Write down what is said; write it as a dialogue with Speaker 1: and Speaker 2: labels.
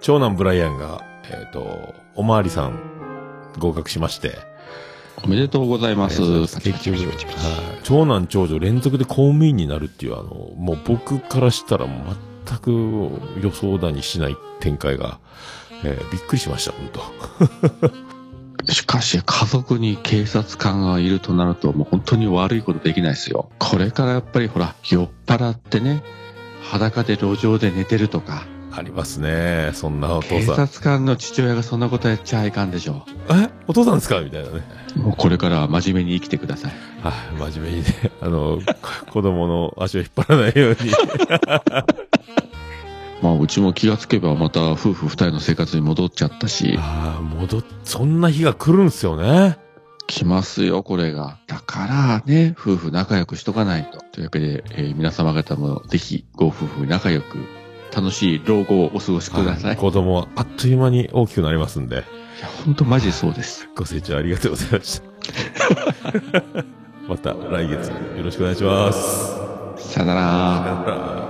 Speaker 1: 長男ブライアンが、えっ、と、おまわりさん合格しまして、
Speaker 2: おめでとうございます。
Speaker 1: はい長男長女連続で公務員になるっていう、あの、もう僕からしたらもう全く予想だにしない展開が、えーびっくりしました、本当
Speaker 2: しかし、家族に警察官がいるとなると、もう本当に悪いことできないですよ。これからやっぱりほら、酔っ払ってね、裸で路上で寝てるとか、
Speaker 1: ありますね、そんなお父
Speaker 2: 警
Speaker 1: さん。
Speaker 2: 察官の父親がそんなことやっちゃいかんでしょ
Speaker 1: えお父さんですかみたいなね。
Speaker 2: う。もうこれからは真面目に生きてください。
Speaker 1: はい、真面目にね、あ の、子供の足を引っ張らないように。
Speaker 2: まあ、うちも気がつけばまた夫婦二人の生活に戻っちゃったし、
Speaker 1: ああ、戻っ、そんな日が来るんすよね。
Speaker 2: 来ますよ、これが。だからね、夫婦仲良くしとかないと。というわけで、えー皆様方もぜひ、ご夫婦仲良く、楽しい老後をお過ごしください。
Speaker 1: 子供はあっという間に大きくなりますんで、
Speaker 2: いや、ほんとマジそうです。
Speaker 1: ご清聴ありがとうございました。 また来月よろしくお願いします。
Speaker 2: さよなら。
Speaker 1: さよなら